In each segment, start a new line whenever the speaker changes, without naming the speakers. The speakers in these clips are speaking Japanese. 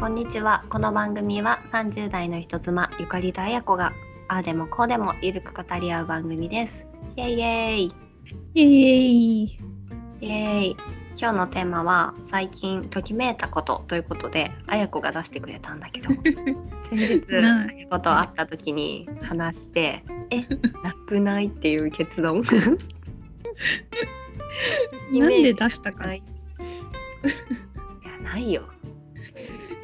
こんにちはこの番組は30代の人妻ゆかりとあや子がああでもこうでもゆるく語り合う番組ですイエイイエイ
イエーイ
イエイ今日のテーマは最近ときめいたことということであや子が出してくれたんだけど先日
な
あや子と会った時に話してえなくないっていう結論イ
な
メージ
んで出したか
ない
な
やないよ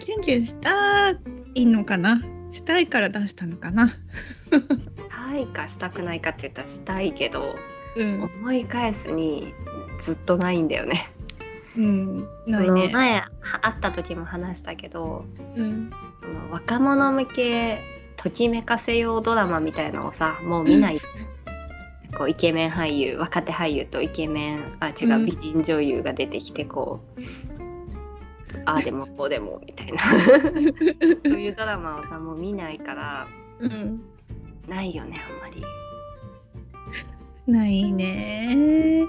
キュンキュンしたいのかなしたいから出したのかな
したいかしたくないかって言ったらしたいけど
うん、
思い返すにずっとないんだよね。
うん、ない
その
ね、
前は会った時も話したけど
うん、
その若者向けときめかせようドラマみたいのをさもう見ない。こうイケメン俳優若手俳優とイケメンあ違
う
うん美人女優が出てきてこう、 ああでもこうでもみたいなそういうドラマをさもう見ないから
うん、
ないよねあんまり。
ないね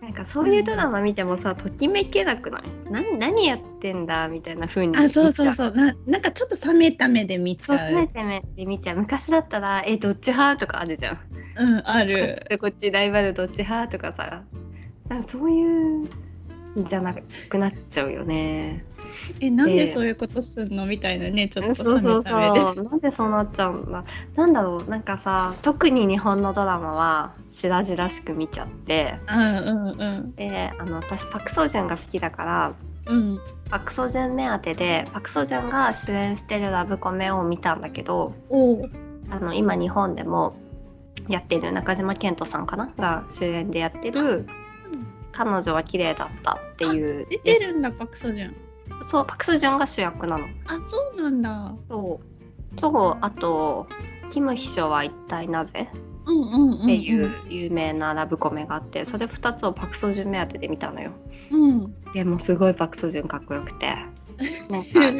なんかそういうドラマ見てもさ、ときめけなくない何何やってんだみたいな風に
あそうそう
う
そうななんかちょっと冷めた目で見ち
そう
ゃ
冷め
う
てめて見ちゃう昔だったら「えどっち派?」とかあるじゃん。
うんあ
こっ
る
ちとこっちライバルどっち派とかささそういうんじゃなくなっちゃうよね。
えなんでそういうことすんのみたいなねち
そ
ょ
う
っと
そう
冷
そ
め
う
た目で
なんでそうなっちゃうんだなんだろうなんかさ特に日本のドラマは白々しく見ちゃって
あうんうん
であの私パク・ソジュンが好きだから
うん
パク・ソジュン目当てでパク・ソジュンが主演してるラブコメを見たんだけど
おう
あの今日本でもやってる中島健人さんかなが主演でやってる「彼女は綺麗だった」っていう
出てるんだパクソジュン
そうパク・ソジュンが主役なの
あそうなんだ
そうとあと「キム秘書は一体なぜ?」
うんうんうん、うん、
っていう有名なラブコメがあってそれ2つをパク・ソジュン目当てで見たのよ
うん
でもすごいパク・ソジュンかっこよくてなんか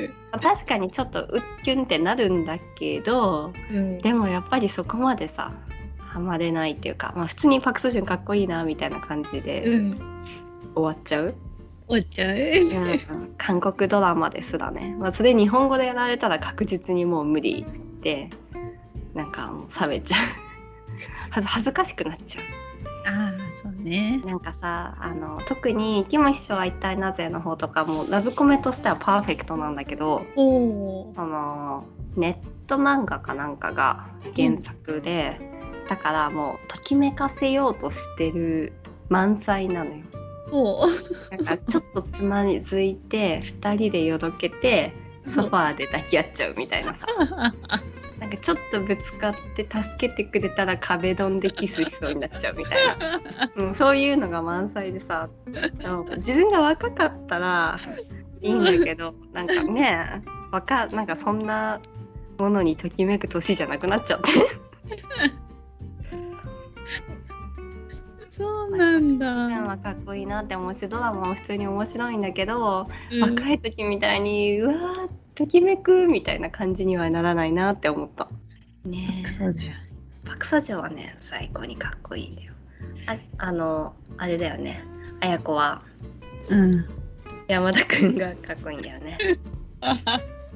確かにちょっとうっきゅんってなるんだけど
うん
でもやっぱりそこまでさハマれないっていうか、まあ、普通にパク・ソジュンかっこいいなみたいな感じ
う
で
ん
終わっちゃう、
おっちゃう。
うん韓国ドラマですらね、まあ、それ日本語でやられたら確実にもう無理でなんかもう冷めちゃうはず恥ずかしくなっちゃ
ああ、そうね
う。なんかさあの特に「キム秘書は一体なぜ?」の方とかもラブコメとしてはパーフェクトなんだけど
おお。
そのネット漫画かなんかが原作で、だからもうときめかせようとしてる満載なのよ。
おお。
なんかちょっとつまずいて2人でよどけてソファーで抱き合っちゃうみたいなさなんかちょっとぶつかって助けてくれたら壁ドンでキスしそうになっちゃうみたいな、うん、そういうのが満載でさなんか自分が若かったらいいんだけどなんかね若なんかそんなものにときめく年じゃなくなっちゃって
そうなん
ジャン
だ。
はかっこいいなって思うしドラマも普通に面白いんだけど、
うん
若い時みたいにうわーときめくみたいな感じにはならないなって思った。ねえ
そうじゃ。
パクソジュンはね最高にかっこいいんだよああのあれだよねあや子は
うん。
山田くんがかっこいいんだよ ね
あ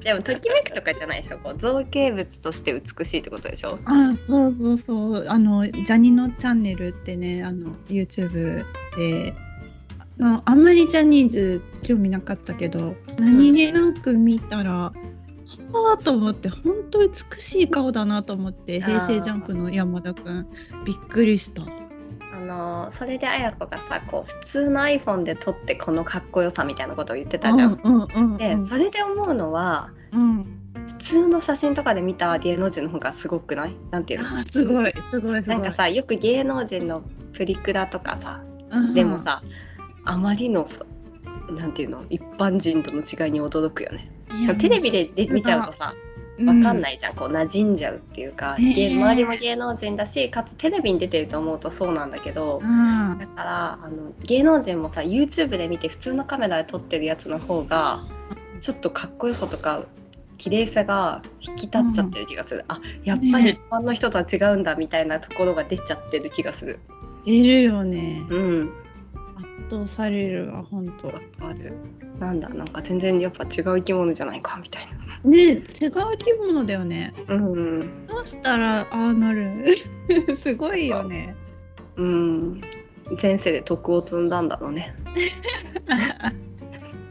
でもときめくとかじゃないでしょこう造形物として美しいってことでしょ
あ、そうそうそう。あのジャニのチャンネルってね、あの YouTube で。のあんまりジャニーズ興味なかったけど何気なく見たら、はあと思って本当美しい顔だなと思って
あー
平成ジャンプの山田くんびっくりした。
あのそれであや子がさこう普通の iPhone で撮ってこのかっこよさみたいなことを言ってたじゃん、
うんうんうん、
でそれで思うのは
うん、
普通の写真とかで見た芸能人の方がすごくないなんていうの
あーすごいすごいす
な
ご
いんか、さよく芸能人のプリクラとかさ
うん
でもさ、あまりのさなんていうの一般人との違いに驚くよね。
いや、
テレビでで見ちゃうとさ分かんないいじゃん、こう馴染んじゃうっていうか、
ねえ
芸周りも芸能人だしかつテレビに出てると思うとそうなんだけど
う。んうん
だからあの芸能人もさ YouTube で見て普通のカメラで撮ってるやつの方がちょっとかっこよさとか綺麗さが引き立っちゃってる気がする、あやっぱり一般の人とは違うんだみたいなところが出ちゃってる気がする、
出るよね
うん
圧倒されるわ本当
あるなんだなんか全然やっぱ違う生き物じゃないかみたい
ねえ違う生き物だよね
なうん
どうしたらああなる すごいよね
うん前世で徳を積んだんだろう ね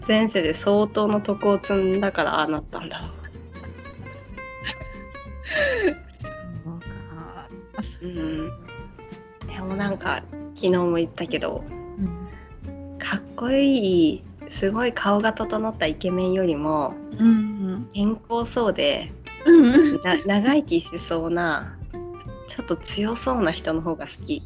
前世で相当の徳を積んだからああなったんだろ
そうか、
ううんでもなんか昨日も言ったけど
うん
かっこいいすごい顔が整ったイケメンよりも
うん
健康そうで
うん
な長生きしそうなちょっと強そうな人の方が好き。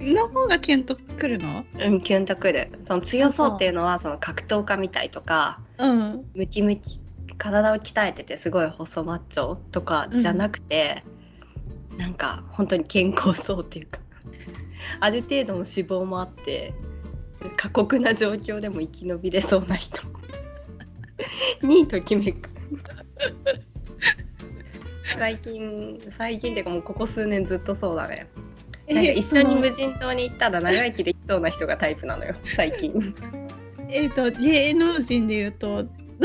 の方がキュンとくるの
うん、キュンとくるその強そうっていうのはその格闘家みたいとか
うん
ムキムキ体を鍛えててすごい細マッチョとかじゃなくて、なんか本当に健康そうっていうか ある程度の脂肪もあって過酷な状況でも生き延びれそうな人 にときめく最近最近っていうかもうここ数年ずっとそうだねなんか一緒に無人島に行ったら長生きできそうな人がタイプなの よ最近
えっ、と芸能人で言うと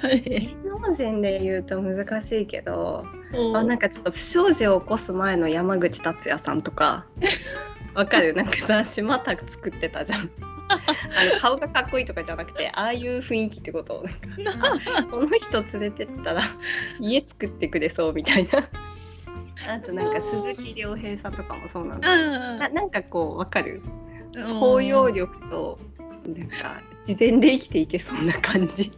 誰
芸能人で言うと難しいけどあ
あ
なんかちょっと不祥事を起こす前の山口達也さんと かわかるなんかさ島た作ってたじゃんあの顔がかっこいいとかじゃなくてああいう雰囲気ってことなんか あこの人連れてったら家作ってくれそうみたいなあとなんか鈴木亮平さんとかもそうなんだななんかこうわかる包容力となんか自然で生きていけそうな感じ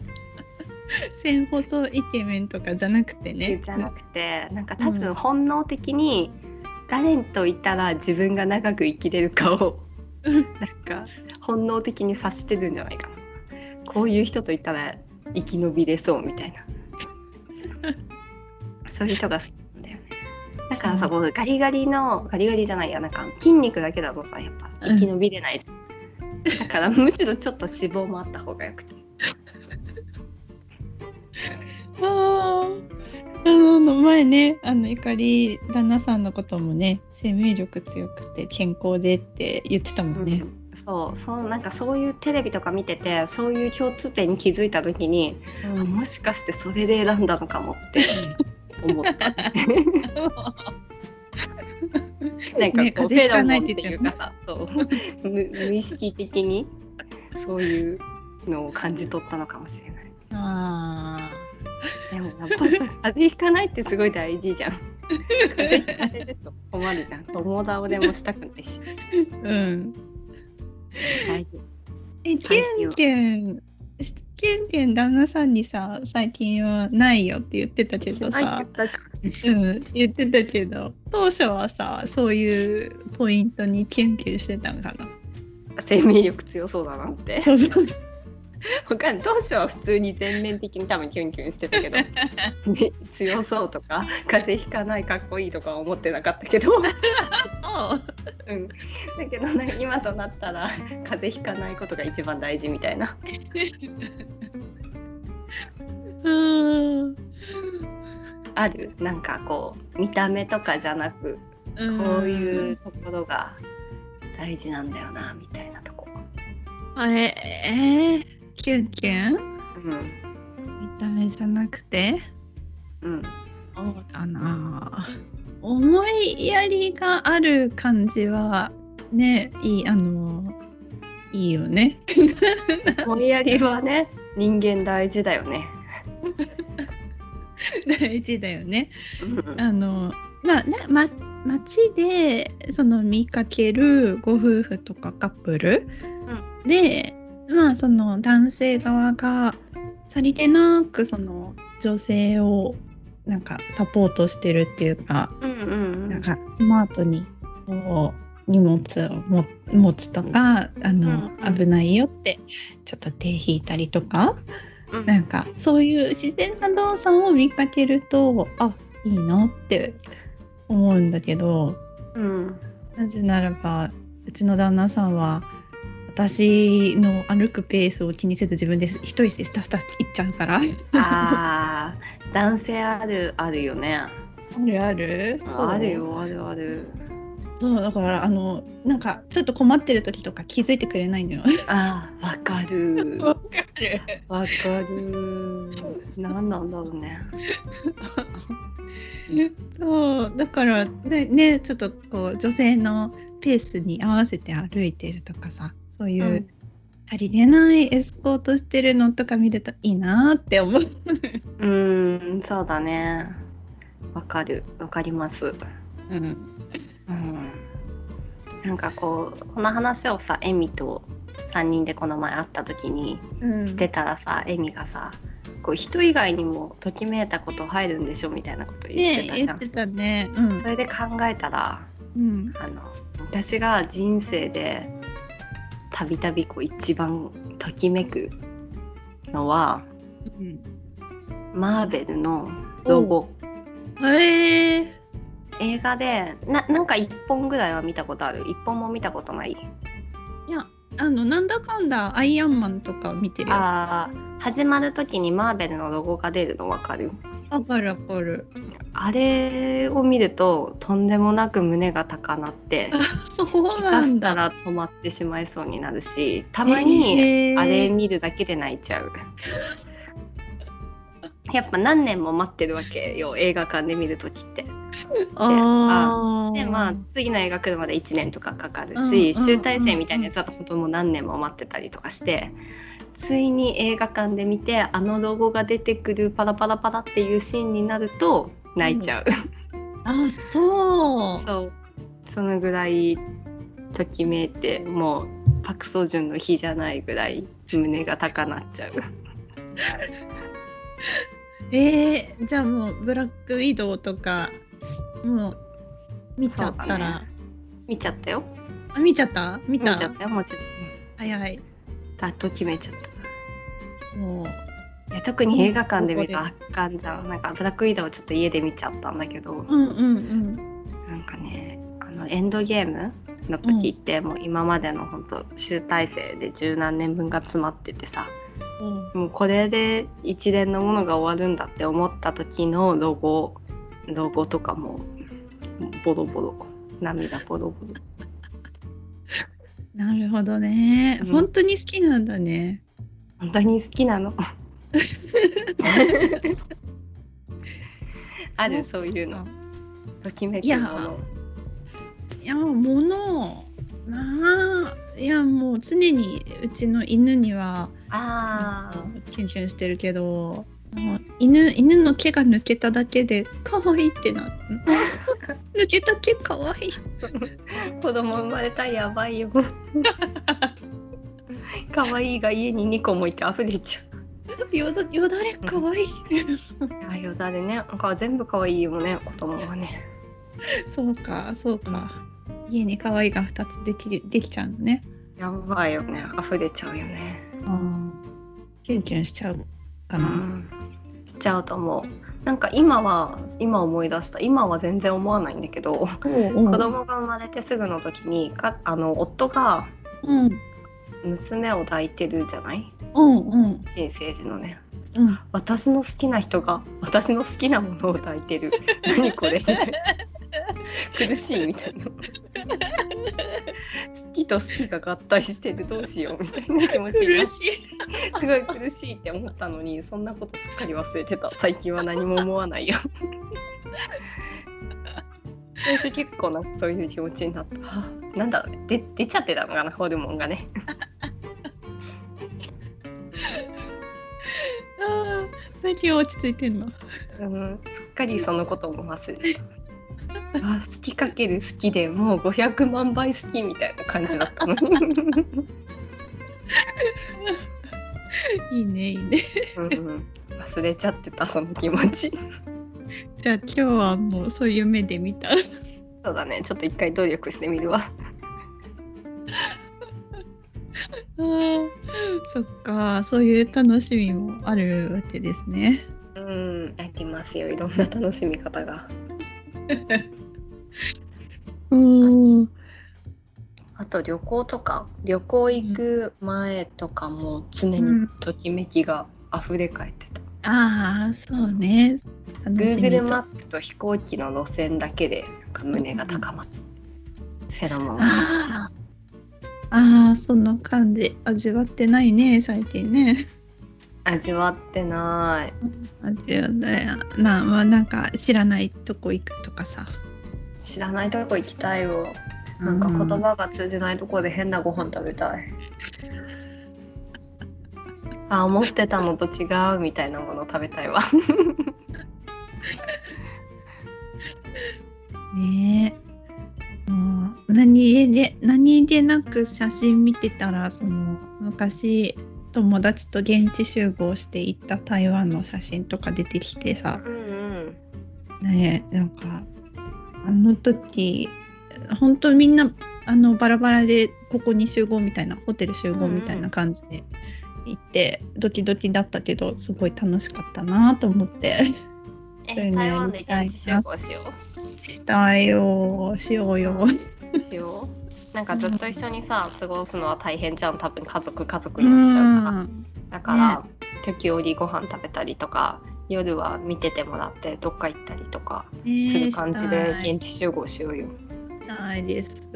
線細イケメンとかじゃなくてね
じゃなくてなんか
うん
多分本能的に誰といたら自分が長く生きれるかを
うん
なんか本能的に察してるんじゃないかなこういう人といたら生き延びれそうみた いなそういう人が好きなんだよねだからさ、
うん
こうガリガリのガリガリじゃないやなんか筋肉だけだとさやっぱ生き延びれない じゃん、だからむしろちょっと脂肪もあった方がよくて
あーあの前ねあのゆかり旦那さんのこともね生命力強くて健康でって言ってたもんね。
そうそうなんかそういうテレビとか見ててそういう共通点に気づいた時にもしかしてそれで選んだのかもって思 った なんか
ね
こう、フ
風邪ひ
ェロ
か
モ
な
ン
い
っ
ってて言
い
って
う
た
かさ そう無無意識的にそういうのを感じ取ったのかもしれない
あ
でもやっぱり風邪ひかないってすごい大事じゃん風邪ひかれると困るじゃん友倒れもしたくない し
ーうん。
大事
えキュンキュンしキュンキュン旦那さんにさ最近はないよって言ってたけどさ、 うん、言ってたけど当初はさそういうポイントにキュンキュンしてたんかな。
生命力強そうだなって
そう そうそう
わかんない当初は普通に全面的に多分キュンキュンしてたけ ど、ね強そうとか風邪ひかないかっこいいとかは思ってなかったけど、 うん、だけどなんか今となったら風邪ひかないことが一番大事みたいな
うん
あるなんかこう見た目とかじゃなくこういうところが大事なんだよなみたいなとこ。
あええー、キュンキュン
うん
見た目じゃなくて
うん、
そうだな思いやりがある感じはねいいあのいいよね
思いやりはね人間大事だよね。
大事だよね
うん
あのまあねま街でその見かけるご夫婦とかカップル、でまあその男性側がさりげなくその女性をなんかサポートしてるっていうか、
うんうん
なんかスマートにこう荷物をも持つとかあの、
うんうん
危ないよってちょっと手引いたりとか、
うん
なんかそういう自然な動作を見かけるとあいいなって思うんだけど
うん
なぜならばうちの旦那さんは私の歩くペースを気にせず自分で一人でスタスタ行っちゃうから。
あー男性あるあるよね。
あるある
ある。よあるある。
そうだからあのなんかちょっと困ってる時とか気づいてくれない のよ。
ああわかる
わかる。
わかる何なんだろうね
そうだからねねちょっとこう女性のペースに合わせて歩いてるとかさそういう、
うん
足りてないエスコートしてるのとか見るといいなって思う。
うーんそうだねわかるわかります
う
う
ん、
んなんかこうこの話をさエミと3人でこの前会った時に
うん、
してたらさ、エミがさこう人以外にもときめいたこと入るんでしょみたいなこと言って
ね
たじ
言
ゃ
っ
ん、
てたね。うん
それで考えたら
うん、
あの私が人生でたびたびこう一番ときめくのは
うん、
マーベルのロゴ
えー、
映画でななんか1本ぐらいは見たことある1本も見たことない
いやあのなんだかんだアイアンマンとか見てるよ。わ
あー始まる時にマーベルのロゴが出るの分かる
かるわかる。
あれを見るととんでもなく胸が高鳴って
そうな
出
ん
した
だ。
ら止まってしまいそうになるしたまに
えー
あれ見るだけで泣いちゃ う。やっぱ何年も待ってるわけよ映画館で見る時って。
あー
でまあ次の映画来るまで1年とかかかるし、
うんうん
集大成みたいなやつだと本当もう何年も待ってたりとかしてついに映画館で見てあのロゴが出てくるパラパラパラっていうシーンになると泣いちゃう。
あ そう
そうそのぐらいときめいてもうパク・ソジュンの日じゃないぐらい胸が高鳴っちゃう。
えー、じゃあもうブラックウィドウとかもう見ちゃった
そう
ら、
だ見ちゃったよ。
あ見ちゃった見
見ち
た
ゃったよ。もちろん。
早い
だときめいちゃった。
もう
いや特に映画館で見たら
うん
圧巻じゃん。なんかブラックウィドウをちょっと家で見ちゃったんだけど、
うんうんうん
なんかねあのエンドゲームの時って、もう今までの本当集大成で十何年分が詰まっててさ、もうこれで一連のものが終わるんだって思った時のロゴロゴとかもボロボロ涙ボロボロ
なるほどね、
うん
本当に好きなんだね
本当に好きなの あるそういうのときめく
いや
もの
いやものなあいやもう常にうちの犬には
あー
キュンキュンしてるけどもう犬犬の毛が抜けただけで可愛いってな抜けた毛可愛い
子供生まれたらやばい よ可愛いが家に2個もいて溢れちゃ
よだよだれかわいい
うあよだれねなんか全部可愛いよね子供はね
そうかそうか家に可愛いが2つできるできちゃうのね
やばいよね溢れちゃうよね
キュンキュンしちゃうか
う
なん
しちゃうと思うなんか今は今思い出した今は全然思わないんだけど子
子
供が生まれてすぐの時にかあの夫が
うん
娘を抱いてるじゃない
うんうん
新生児のね
うん
私の好きな人が私の好きなものを抱いてる何これみたいな苦しいみたいな好きと好きが合体してるどうしようみたいな気持ちになって
しい
すごい苦しいって思ったのにそんなことすっかり忘れてた最近は何も思わないよ最初結構なんかそういう気持ちになったあなんだろうねで出ちゃってたのかなホルモンがね
あー最近は落ち着いてんの
うんすっかりそのことも忘れてたあ好きかける好きでもう500万倍好きみたいな感じだったのに、
いいねいいね
うん、忘れちゃってたその気持ち
じゃあ今日はもうそういう目で見たら
そうだねちょっと一回努力してみるわ
そっかそういう楽しみもあるわけですね
うんありますよいろんな楽しみ方が
うん
あと旅行とか旅行行く前とかも常にときめきが溢れ返ってた、
ああそうね楽しみと
Google マップと飛行機の路線だけでなんか胸が高まった、フェロモン
あーあーその感じ味わってないね最近ね
味わってない
味わってないなまあなんか知らないとこ行くとかさ
知らないとこ行きたいよなんか言葉が通じないとこで変なご飯食べたい、あ思ってたのと違うみたいなもの食べたいわ
ねえもう何で何でなく写真見てたらその昔友達と現地集合して行った台湾の写真とか出てきてさ
うんうん
ねえなんかあの時本当みんなあのバラバラでここに集合みたいなホテル集合みたいな感じで行って、ドキドキだったけどすごい楽しかったなと思って。 そう
え
いうの
台
や
湾
り
で
たいな
現地集合しよ
したいよしようよ。
うしようなんかずっと一緒にさ過ごすのは大変じゃん多分家族家族になっちゃうから、
ん
だから、時折ご飯食べたりとか夜は見ててもらってどっか行ったりとかする感じで
ねえ
現地集合しようよ、
したいないです。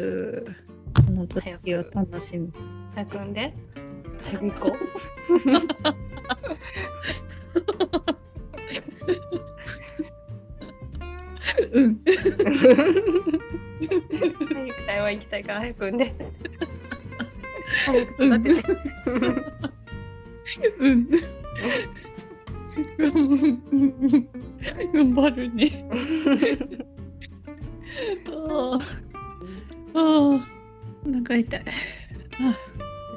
この時を楽しみ。
早く産んで早く行こう
うん。
早く台湾行きたいから早く産んで早く育てて
うん。頑張るね。ああ。ああ。なんか痛い。あ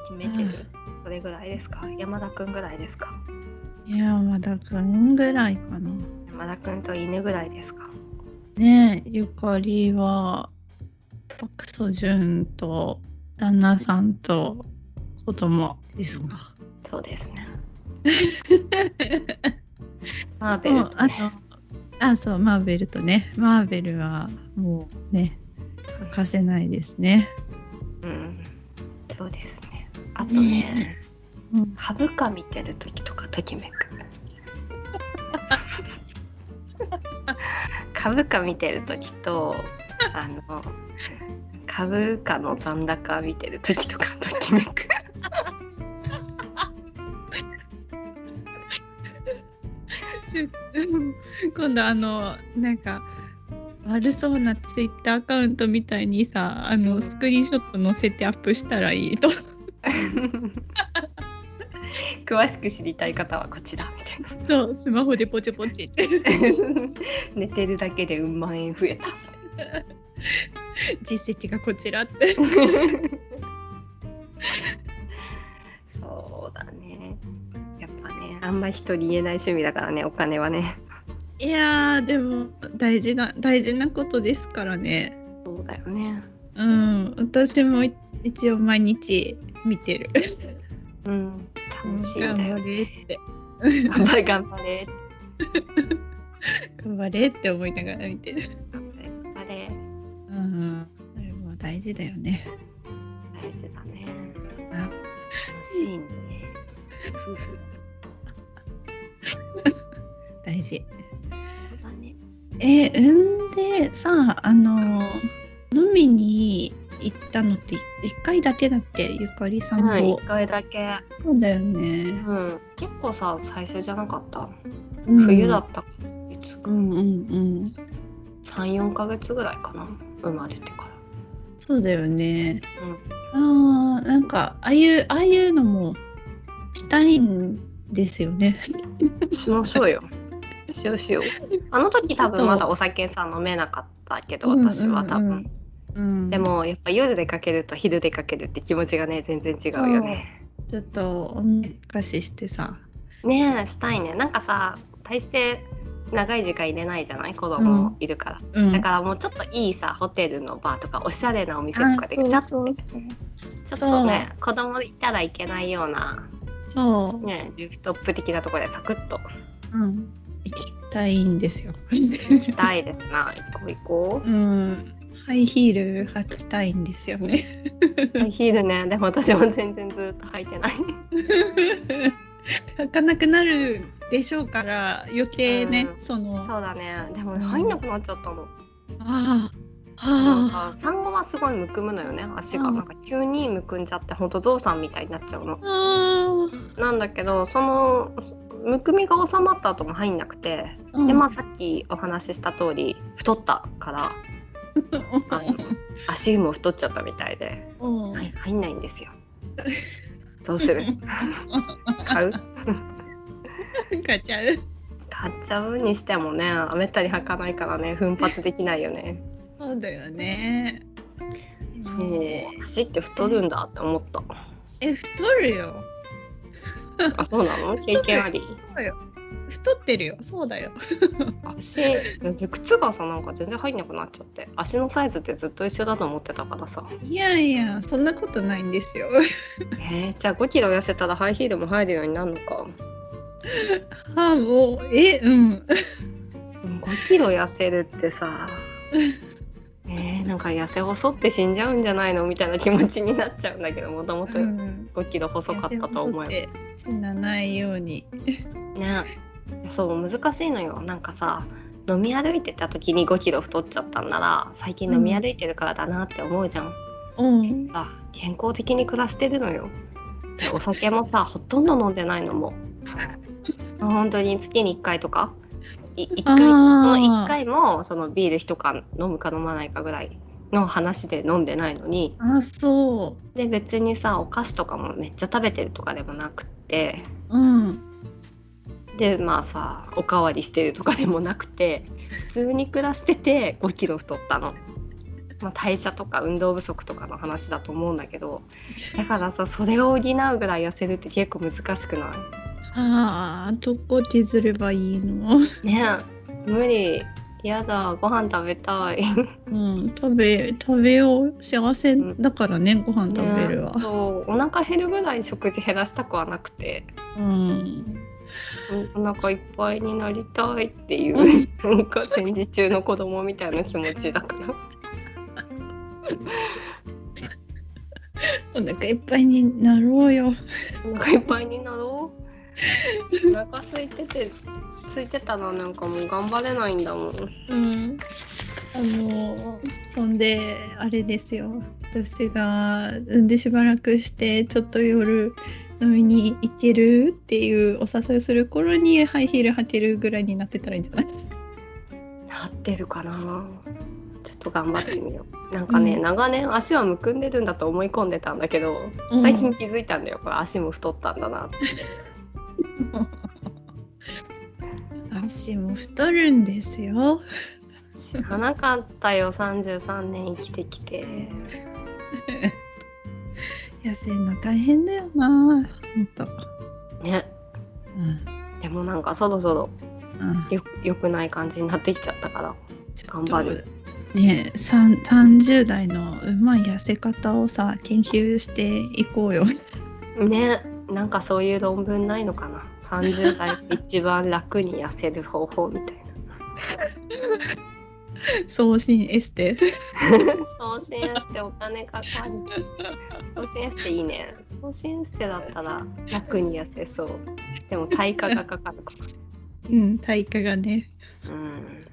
決めてるそれぐらいですか山田くんぐらいですか
いや、まだくんぐらいかな。
山田くんと犬ぐらいですか
ねえ、ゆかりは。パクソジュンと旦那さんと子供ですか。
そうです ねマーベルとね
もうあとあそうマーベルとねマーベルはもうね欠かせないですね、
うんそうですねあとね
うん、
株価見てる時とかときめく 株価見てる時とあの株価の残高見てる時とかとき めく
今度あのなんか悪そうなツイッターアカウントみたいにさあのスクリーンショット載せてアップしたらいいと
詳しく知りたい方はこちらみたいな
そうスマホでポチポチって
寝てるだけでうん万円増えた
実績がこちらって
そうだねやっぱねあんま人に言えない趣味だからねお金はね
いやーでも大事な大事なことですからね
そうだよね
うん私もい一応毎日見てる
うん楽しいんだよ
頑張れって
頑張れ頑張れ
頑張れって思いながら見てる。
頑張れ
うん、それも大事だよね。
大事だね
あ
楽しいね夫婦
大事。
そうだね
えー、産んでさあの飲みに行ったのって一回だけだっけゆかりさんも、
はい一回だけ
そうだよね。
うん結構さ最初じゃなかった
うん
冬だったいつか
うんうんうん。
34ヶ月ぐらいかな生まれてから
そうだよね。ああなんかああいうああいうのもしたいんですよね。
しましょう よ。しようしよう。あの時多分まだお酒さ飲めなかったけど
うんうんうん
私は多分、
うん、
でもやっぱ夜出かけると昼出かけるって気持ちがね全然違うよね。
ちょっとおめかししてさ。
ねえしたいね。なんかさ大して長い時間入れないじゃない子供もいるから、
うん
だからもうちょっといいさホテルのバーとかおしゃれなお店と
あ
かで
そう
ちゃっ
そう
とちょっとね子供いたらいけないような、
そう。
ね、ルーフトップ的なところでサクッと
うん、行きたいんですよ。
したいですな行こう行こう
うん、ハイヒール履きたいんですよね。
ヒールねでも私も全然ずっと履いてない
履かなくなるでしょうから余計ね、
う
その
そうだねでも入んなくなっちゃったの
あああ
産後はすごいむくむのよね足が
うん
なんか急にむくんじゃってほんとゾウさんみたいになっちゃうの
あ。あ
なんだけどそのむくみが収まった後も入んなくて、
あ。
でまあさっきお話しした通り太ったからあの足も太っちゃったみたいで、
うん。
はい、入んないんですよ。どうす る買う
買っちゃう。
買っちゃうにしてもねめったに履かないからね奮発できないよね。
そうだよね。
そう足って太るんだって思 った。
え、太るよ。
あそうなの経験あり
太ってるよ。そうだよ。
足靴がさなんか全然入んなくなっちゃって足のサイズってずっと一緒だと思ってたからさ
いやいや、そんなことないんですよ。
えー、じゃあ5キロ痩せたらハイヒールも入るようになるのか
あ、もう、え、うん。
5キロ痩せるってさ えー、なんか痩せ細って死んじゃうんじゃないのみたいな気持ちになっちゃうんだけどもともと
うん。
5キロ細かったと思えば、
痩せ細くて死なないように。
ねそう難しいのよなんかさ飲み歩いてた時に5キロ太っちゃったんなら最近飲み歩いてるからだなって思うじゃん、
うん。
さ健康的に暮らしてるのよでお酒も さほとんど飲んでないのも本当に月に1回とかい1回
あ
そ
ー
の1回もそのビール1缶飲むか飲まないかぐらいの話で飲んでないのに
あ、そ
で別にさお菓子とかもめっちゃ食べてるとかでもなくって
う。うん。
でまあさおかわりしてるとかでもなくて普通に暮らしてて5キロ太ったの、まあ、代謝とか運動不足とかの話だと思うんだけどだからさそれを補うぐらい痩せるって結構難しくな
ああ、どこ削ればいいの。
いねえ無理やだご飯食べたい
うん、食べ、食べよう。幸せだからね、ご飯食べるわ
ね。そうお腹減るぐらい食事減らしたくはなくて
うん。
おお腹いっぱいになりたいっていう なんか戦時中の子供みたいな気持ちだから
お腹いっぱいになろうよ。
お腹いっぱいになろう。お腹空いてて、空いてたらなんかもう頑張れないんだもん。
うん、あのそんであれですよ私が産んでしばらくしてちょっと夜飲みに行けるっていうお誘いする頃にハイヒール履けるぐらいになってたらいいんじゃない
なってるかな。ちょっと頑張ってみよう。なんかね、
うん
長年足はむくんでるんだと思い込んでたんだけど、
うん
最近気づいたんだよ。これ足も太ったんだなって。
足も太るんですよ。
知らなかったよ。33年生きてきて。
痩せるの大変だよな。本当。
ね。
うん。
でもなんかそろそろ
うん。
よ良くない感じになってきちゃったから。頑張る。
ねえ、三三十代のうまい痩せ方をさ研究していこうよ。
ねなんかそういう論文ないのかな30代で一番楽に痩せる方法みたい
送信エステ。
な送信エステお金かかる送信エステいいね送信エステだったら楽に痩せそうでも対価がかかるか
うん、対価がね。
らうん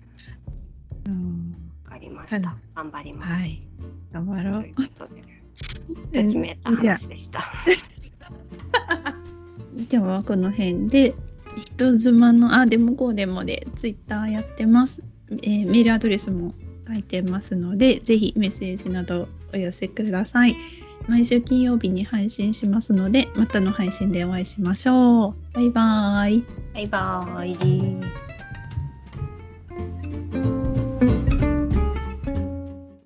わかりま
は
し
い
た頑張ります、
はい。頑張ろ
と
う
いう。ことでときめいた話でした
ではこの辺で人妻のあでもこうでもでツイッターやってます、えーメールアドレスも書いてますのでぜひメッセージなどお寄せください毎週金曜日に配信しますのでまたの配信でお会いしましょうバイバーイ
バイバーイ